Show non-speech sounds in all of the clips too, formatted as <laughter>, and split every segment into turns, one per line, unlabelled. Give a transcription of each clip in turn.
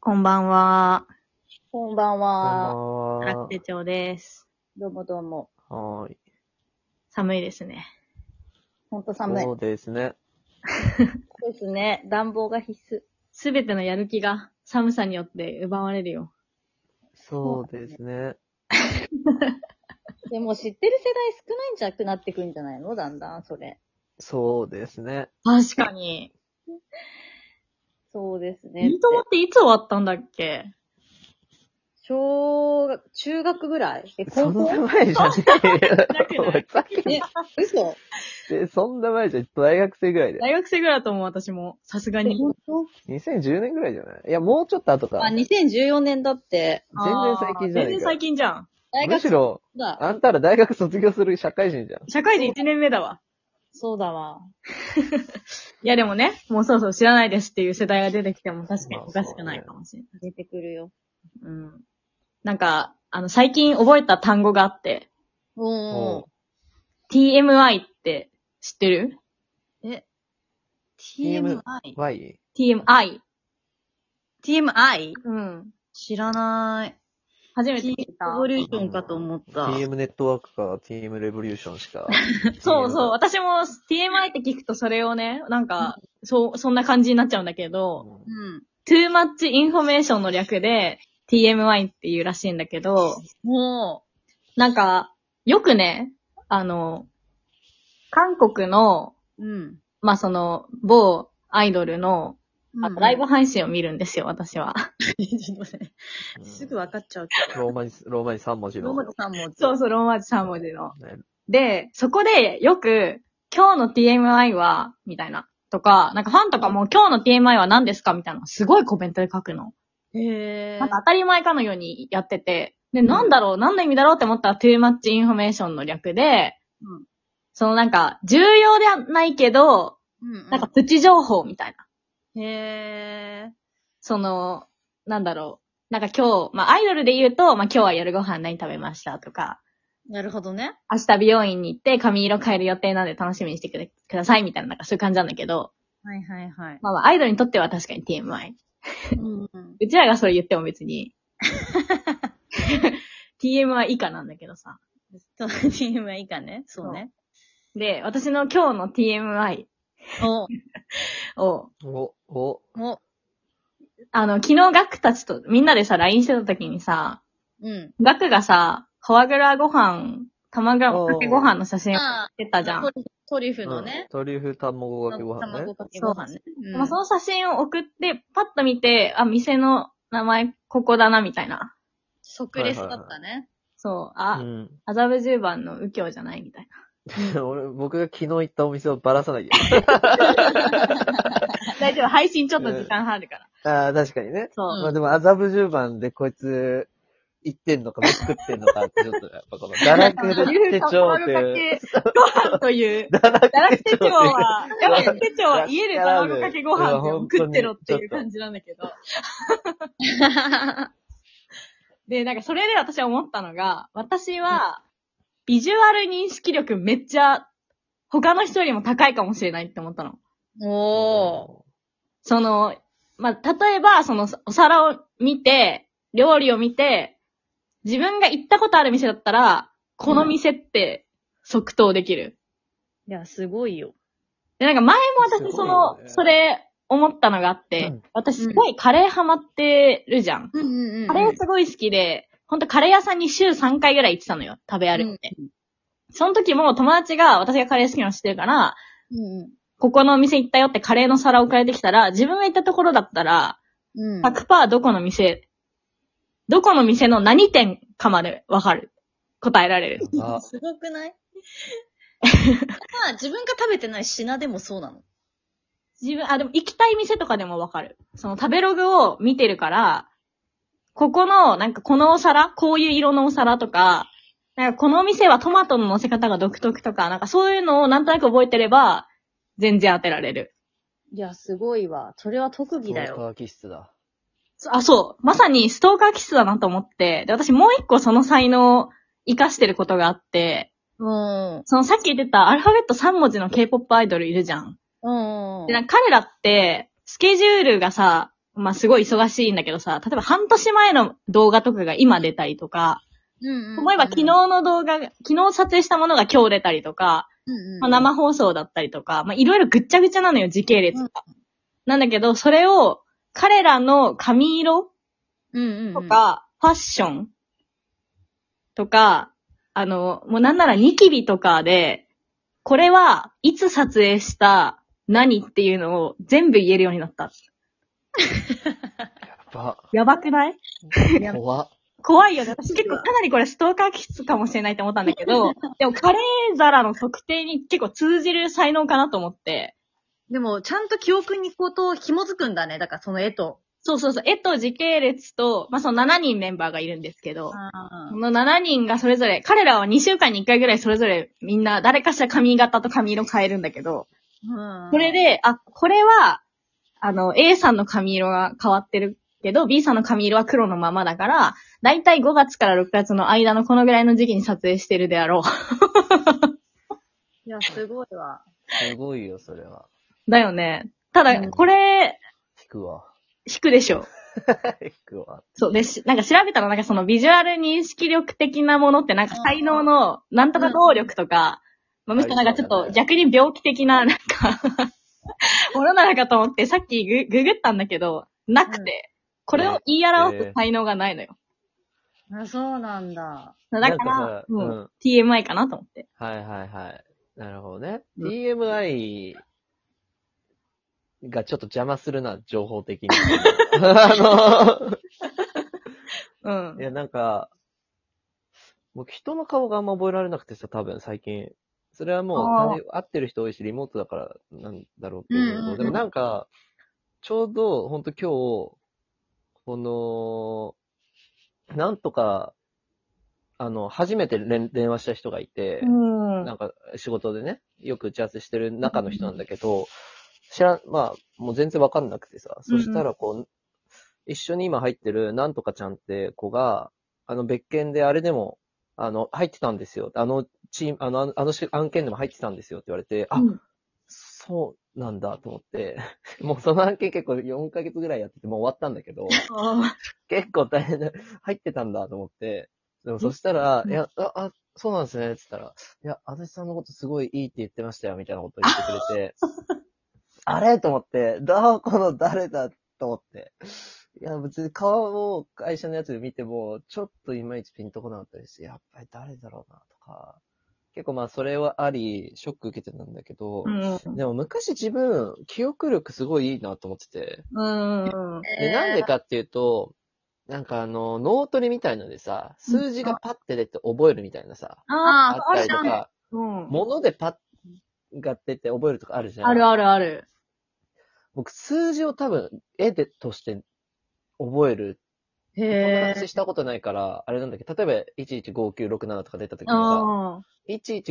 こんばんは。
こんばん
こんば
は。
ん
ラ
は
ク。テ長です。
どうもどうも。
はーい。
寒いですね。
ほんと寒い。
そ
そう
ですね。
うですね。暖房が必須。
すべてのやる気が寒さによって奪われるよ。
そうですね。
でも知ってる世代少ないんじゃなくなってくんじゃないのだんだん、それ。
そうですね。
確かに。
そうですね。
いいともっていつ終わったんだっけ
小学、中学ぐらいえ、
そ
高
ん
校
な前じゃね
なく
え
な
よ。
い
おいさっき
え、嘘
で、 <laughs> そんな前じゃ、大学生ぐらいで。
大学生ぐらいだと思う、私も。さすが
え
に。
本当
2010年ぐらいじゃないいや、もうちょっと後か
あ、。2014年だって、
全然最近じゃ
あー全
ない
然
か
最。近じゃん。
大
む
学
しろ、
だ。
あんたら大学卒業する社会人じゃん。
社会人1年目だわ。
そうだわ。
いやでもね、もうそうそう知らないですっていう世代が出てきても確かにおかしくないかもしれない。
出てくるよ。
うん。なんか、あの、最近覚えた単語があって、
う
お
ん
う。
TMI って知ってる
え、
TMI Y?
?TMI。TMI? うん。
知らない。
初めて聞
T
いた。
ボリューションかと思った。
TM ネットワークか、TM レボリューションしか。
そうそう。
う
私も TMI って聞くとそれをね、なんか、そう、そんな感じになっちゃうんだけど、
ん。
うん。
too much information の略で TMI っていうらしいんだけど、
も
なんか、よくね、あの、韓国の、
う、うん。
まあ、その、某アイドルの、あ
あ
の
と
ラ
ラ
イ
イ
ブ
ブ
配信を見るんですよ、私 <laughs> は。
ちょっと待ってすぐ分かっちゃうけ
ローマ字、ローマ字3文字
ど。ロ
の。
ボさんも。
そうそう、ローマ字3文字の。
ね
で、そこでよく、今日の TMI は、みたいな。とか、なんかファンとかも今日の TMI は何ですかみたいなのすごいコメントで書くの。
へ
なんか当たり前かのようにやってて、で、なんだろう、何の意味だろうって思ったら too much information の略で、
うん
そのなんか、重要ではないけど、
うん
なんか、プチ情報みたいな。
へ
その、なんだろう。なんか今日、まあアイドルで言うと、まあ今日は夜ご飯何食べましたとか、
ー。なるほどね。
明日美容院に行って髪色変える予定なんで楽しみにしてくれくださいみたいな、なんかそういう感じなんだけど、
はいはいはい。
まあまあアイドルにとっては確かに TMI。
うんうん。 <laughs>
うちらがそれ言っても別に、TMI 以下なんだけどさ。
そう、TMI 以下ね。そうね。
で、私の今日の TMI
お、
を、
お、お、
お、
あの、昨日ガクたちとみんなでさ、LINE してた時にさ、
うん。
ガクがさ、フォアグラご飯、卵
おー
かけご飯の写真を撮ってたじゃん
ト。リュフトリュフの
うん
ね。
トリュフ卵かけご飯ね
卵。かけご飯ね。
まあ、その写真を送って、パッと見て、あ、店の名前ここだな、みたいな。
即レスだったね。
そう、
う
あ、
ん。
麻布十番の右京じゃないみたい
俺、僕が昨日行ったお店をばらさな
<laughs>
き
な。 <laughs> 大丈夫、配信ちょっと時間半あるから。
ゃ。ああ、確かにね。
そう。
まあでも、麻布十番でこいつ、行ってんのか、飯食ってんのかって、ちょっと、やっぱこの、堕落手帳っていう。
ご飯という。
堕落
ダラク手帳は、ダラ
堕
ク
落
手帳は家で卵かけご飯でも
いや
食ってろっていう
本当
感
に
じなんだけど。で、なんかそれで私は思ったのが、私は、ビジュアル認識力めっちゃ、他の人よりも高いかもしれないって思ったの。
おー。
その、まあ、例えば、その、お皿を見て、料理を見て、自分が行ったことある店だったら、この店って即答できる。
いや、すごいよ。
で、なんか前も私、
す
そ
ごい
の
よ、ね
それ、思ったのがあって、
うん
私すごいカレーハマってるじゃん。
うんうんうん。
カレーすごい好きで、ほんとカレー屋さんに週3回ぐらい行ってたのよ、食べ歩いて。その時も友達が、私がカレー好きなの知ってるから、
うん
ここのお店行ったよってカレーの皿をくれてきたら、自分が行ったところだったら、
うん。
100%どこの店、どこの店の何店かまでわかる。答えられる。
あ、
すごくないまあ、自分が食べてない品でもそうなの。
自分、あ、でも行きたい店とかでもわかる。その食べログを見てるから、ここの、なんかこのお皿、こういう色のお皿とか、なんかこのお店はトマトの乗せ方が独特とか、なんかそういうのをなんとなく覚えてれば、全然当てられる。
いや、すごいわ。それは特技だ
ストー
よ。
カー気質だ。
そあ、そう。まさにストーカー気質だなと思って、で、私もう一個その才能を活かしてることがあって、
うん。
そのさっき言ってたアルファベット3文字の K-POP アイドルいるじゃん。
うん。
で、なんか彼らって、スケジュールがさ、まあすごい忙しいんだけどさ、例えば半年前の動画とかが今出たりとか、
うんうん。
思えば昨日の動画が、昨日撮影したものが今日出たりとか、
うんうん、
まあ、生放送だったりとか、まあいろいろぐっちゃぐちゃなのよ、時系列が。なんだけど、それを彼らの髪色
うんうん。
と、か、ファッションとか、あの、もうなんならニキビとかで、これはいつ撮影した何っていうのを全部言えるようになった。
やば。
やばくない
やば
怖っ。
怖いよね。私結構かなりこれストーカー気質かもしれないって思ったんだけ <laughs> ど、でもカレー皿の特定に結構通じる才能かなと思って。
でも、ちゃんと記憶にことを紐づくんだね。だから、その絵と。
そうそうそう。絵と時系列と、まあ、その7人メンバーがいるんですけど、
あ
この7人がそれぞれ、彼らは2週間に1回ぐらいそれぞれみんな誰かしら髪型と髪色変えるんだけど、
うん。
それ、で、あ、これは、あの、A さんの髪色が変わってるけど、B さんの髪色は黒のままだから、だいたい5月から6月の間のこのぐらいの時期に撮影してるであろう。
いや、すごいわ。
すごいよ、それは。
だよね。た
う
だ、
ん
これ、
引くわ。
引くでしょ。
引くわ。
そうでし、なんか調べたら、なんかそのビジュアル認識力的なものって、なんか才能の、なんとか能力とか、まあ、むしろなんかちょっと
はいそうだね
逆に病気的な、なんか、 <laughs> ものなのかと思って、さっきグググったんだけど、なくて、これを言い表す才能がないのよ。
あそうなんだ。
だ
な
か
んからさ、
う
うん
ん、TMI かなと思って。
はいはいはい。なるほどね。
うん
DMI がちょっと邪魔するな、情報
<laughs>
的に。あ
うん
の、い。やなんか、僕人の顔があんま覚えられなくてさ、多分最近。それはもう
あー
対、会ってる人多いし、リモートだからなんだろうけど、
うんうんうん
でもなんか、ちょうど、ほんと今日、この、なんとか、あの、初めて連電話した人がいて、
うん。
なんか仕事でね、よく打ち合わせしてる中の人なんだけど、知らん、まあ、もう全然わかんなくてさ、そしたらこう、一緒に今入ってるなんとかちゃんって子が、あの別件であれでも、あの、入ってたんですよ。あのチーム、あの、あのあのし案件でも入ってたんですよって言われて、あ、
うん
そうなんだと思って、 <laughs> もうその案件結構4ヶ月ぐらいやってて、もう終わったんだけど、 <laughs> 結構大変だ。入ってたんだと思って。でもそしたら、
うん
いや、あ、あ、そうなんですね、って言ったら、いや、足立さんのことすごいいいって言ってましたよ、みたいなこと言ってくれて、
<laughs>
あれと思って、どこの誰だと思って。いや、別に顔を会社のやつで見ても、ちょっといまいちピンとこなかったです。やっぱり誰だろうな、とか。結構まあ、それはあり、ショック受けてたんだけど、
うん。
でも昔自分、記憶力すごいいいなと思ってて、
うん。
で、なんでかっていうと、なんかあの、脳トレみたいのでさ、数字がパッて出て覚えるみたいなさ、
あ
あ
ー
ー
ったりと
ある
か、
うん。
物でパッが出て覚えるとかあるじゃん。
あるあるある。
僕、数字を多分、絵でとして覚える。
へ
こんな
え。
話したことないから、あれなんだけど、例えば、115967とか出た時にさ、
あ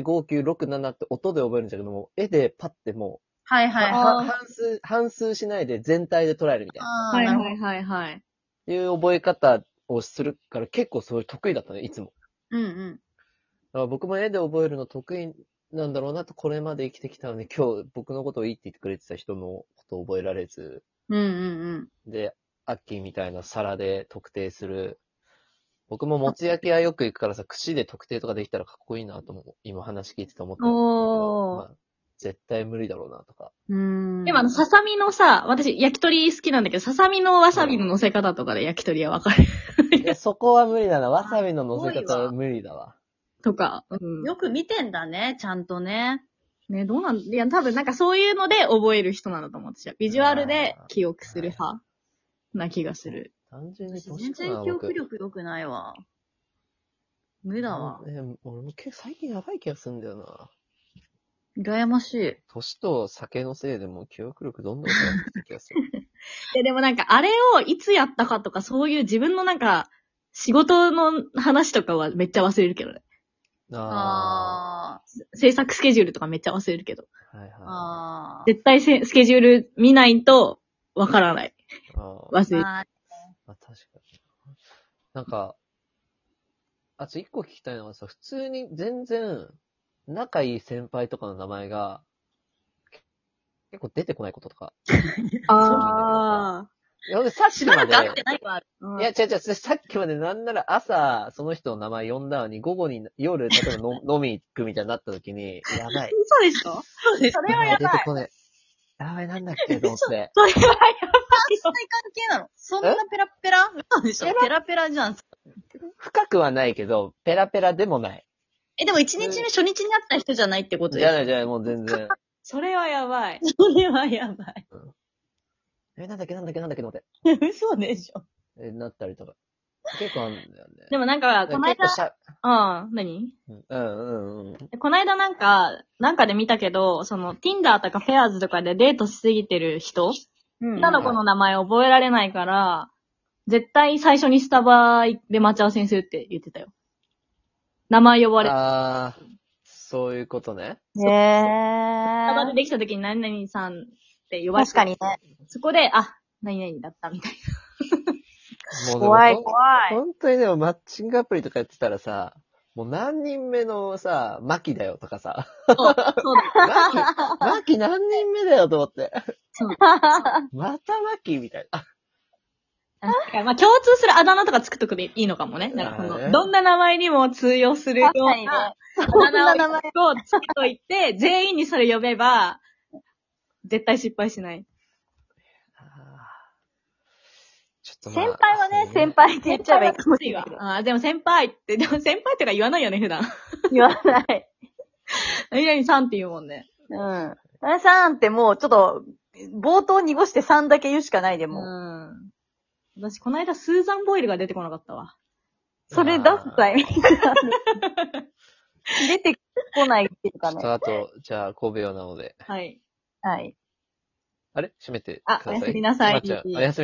115967って音で覚えるんじゃなくて、もう絵でパッても
はいは
う、
いはい。
あー
半数、半数しないで全体で捉えるみたいな。
あ。
あー
はい
なるほど
はいはいはい。
いう覚え方をするから結構それ得意だったね、いつも。
うんうん。
だから僕も絵で覚えるの得意なんだろうなと、これまで生きてきたので、今日僕のことをいいって言ってくれてた人のことを覚えられず、
うんうん
で、アッキーみたいな皿で特定する。僕ももつ焼き屋よく行くからさ、串で特定とかできたらかっこいいなとも、今話聞いてて思ったんだけど
おー
まあ、絶対無理だろうなとか。
うん。うーん。
でもあの、ささみのさ、私、焼き鳥好きなんだけど、ささみのわさびの乗せ方とかで焼き鳥はわかる。
いや、そこは無理だな。わさびの乗せ方は無理だわ。
とか。うん。
よく見てんだね、ちゃんとね。
ね、どうなん、いや、多分なんかそういうので覚える人なのと思う。私はビジュアルで記憶する派な気がする。
単純に
私
年
全
かな
然記憶力良くないわ。無だわ。
ね、俺もけ最近やばい気がするんだよな。
羨ましい。
年と酒のせいでもう記憶力どんどん下がってきた気がする。
いや、でもなんかあれをいつやったかとか、そういう自分のなんか、仕事の話とかはめっちゃ忘れるけどね。
あ
あ
制作スケジュールとかめっちゃ忘れるけど。
ー。はいはい
ー。
は
あー。
絶対せスケジュール見ないとわからない。
い。あー
忘れる。
あー
まあ、確かに。なんか、あと一個聞きたいのはさ、普通に全然仲いい先輩とかの名前が結構出てこないこととか。
あ
いや、俺さっき
しば
ま
ら
で、
く会ってないわ。
うん
いや、違う違う、それさっきまでなんなら朝、その人の名前呼んだのに、午後に、夜、例えばの飲み行くみたいになった時に、やばい。
嘘でしょ
そうです。
それ
名
はや
前
ば
出
い
て。こない。名前なんだっけと思って。
それはやばいよ
関。係なのそんなペラペラ嘘でしょペラペラじゃん。
深くはないけど、ペラペラでもない。
え、でも一日目初日に会った人じゃないってこと
じ
でし
ゃ
ょ
ないじゃない、もう全然。
それはやばい。
それはやばい。
え、なんだっけなんだっけなんだっけと思って。
嘘でしょ
え、なったりとか。結構あるんだよね。
でもなんか、この
結構
間、
しゃ
うん、何
うんうんうんうん。
この間なんか、なんかで見たけど、その、Tinder とか Pairs とかでデートしすぎてる人
うん
女の子の名前覚えられないから、絶対最初にスタバで待ち合わせにするって言ってたよ。名前呼ばれて。
あー、そういうことね。
へ
スタバで
え。
できた時に何々さんって呼ばれて。
確かにね。
そこで、あ、何々だったみたい
もうでも
怖い
ほん
怖い。
本当にでもマッチングアプリとかやってたらさ、もう何人目のさ、マキだよとかさ、
な。そう、そうだ。
マキ、マキ何人目だよと思って、
確
またマキみたいな。
確かにまあ共通するあだ名とか作っとくでいいのかもね。なんかこ
あーね
の、どんな名前にも通用するよう
かにね
な。。
こん
あ
な
だ
名
名を
前。
つけといて、 <laughs> 全員にそれ呼べば、絶対失敗しない。
ちょっとまあ
先輩はね、先輩って言っちゃえばいいかもしれないけど。
ああ、でも先輩って、でも先輩とか言わないよね、普段。 <laughs>
言わない。
何々さんって言うもんね。
うん。あれさんってもうちょっと、冒頭濁して3だけ言うしかないで
う
もう。
ん。私、この間、スーザン・ボイルが出てこなかったわ。
それ出すタイミングなの出てこないっていうか
ちょっと
ね。
あと、じゃあ、神戸用なので。
はい。
はい。
あれ閉めてくだ
あ
さい。
おやすみなさい
まっちゃんおやすみなさい。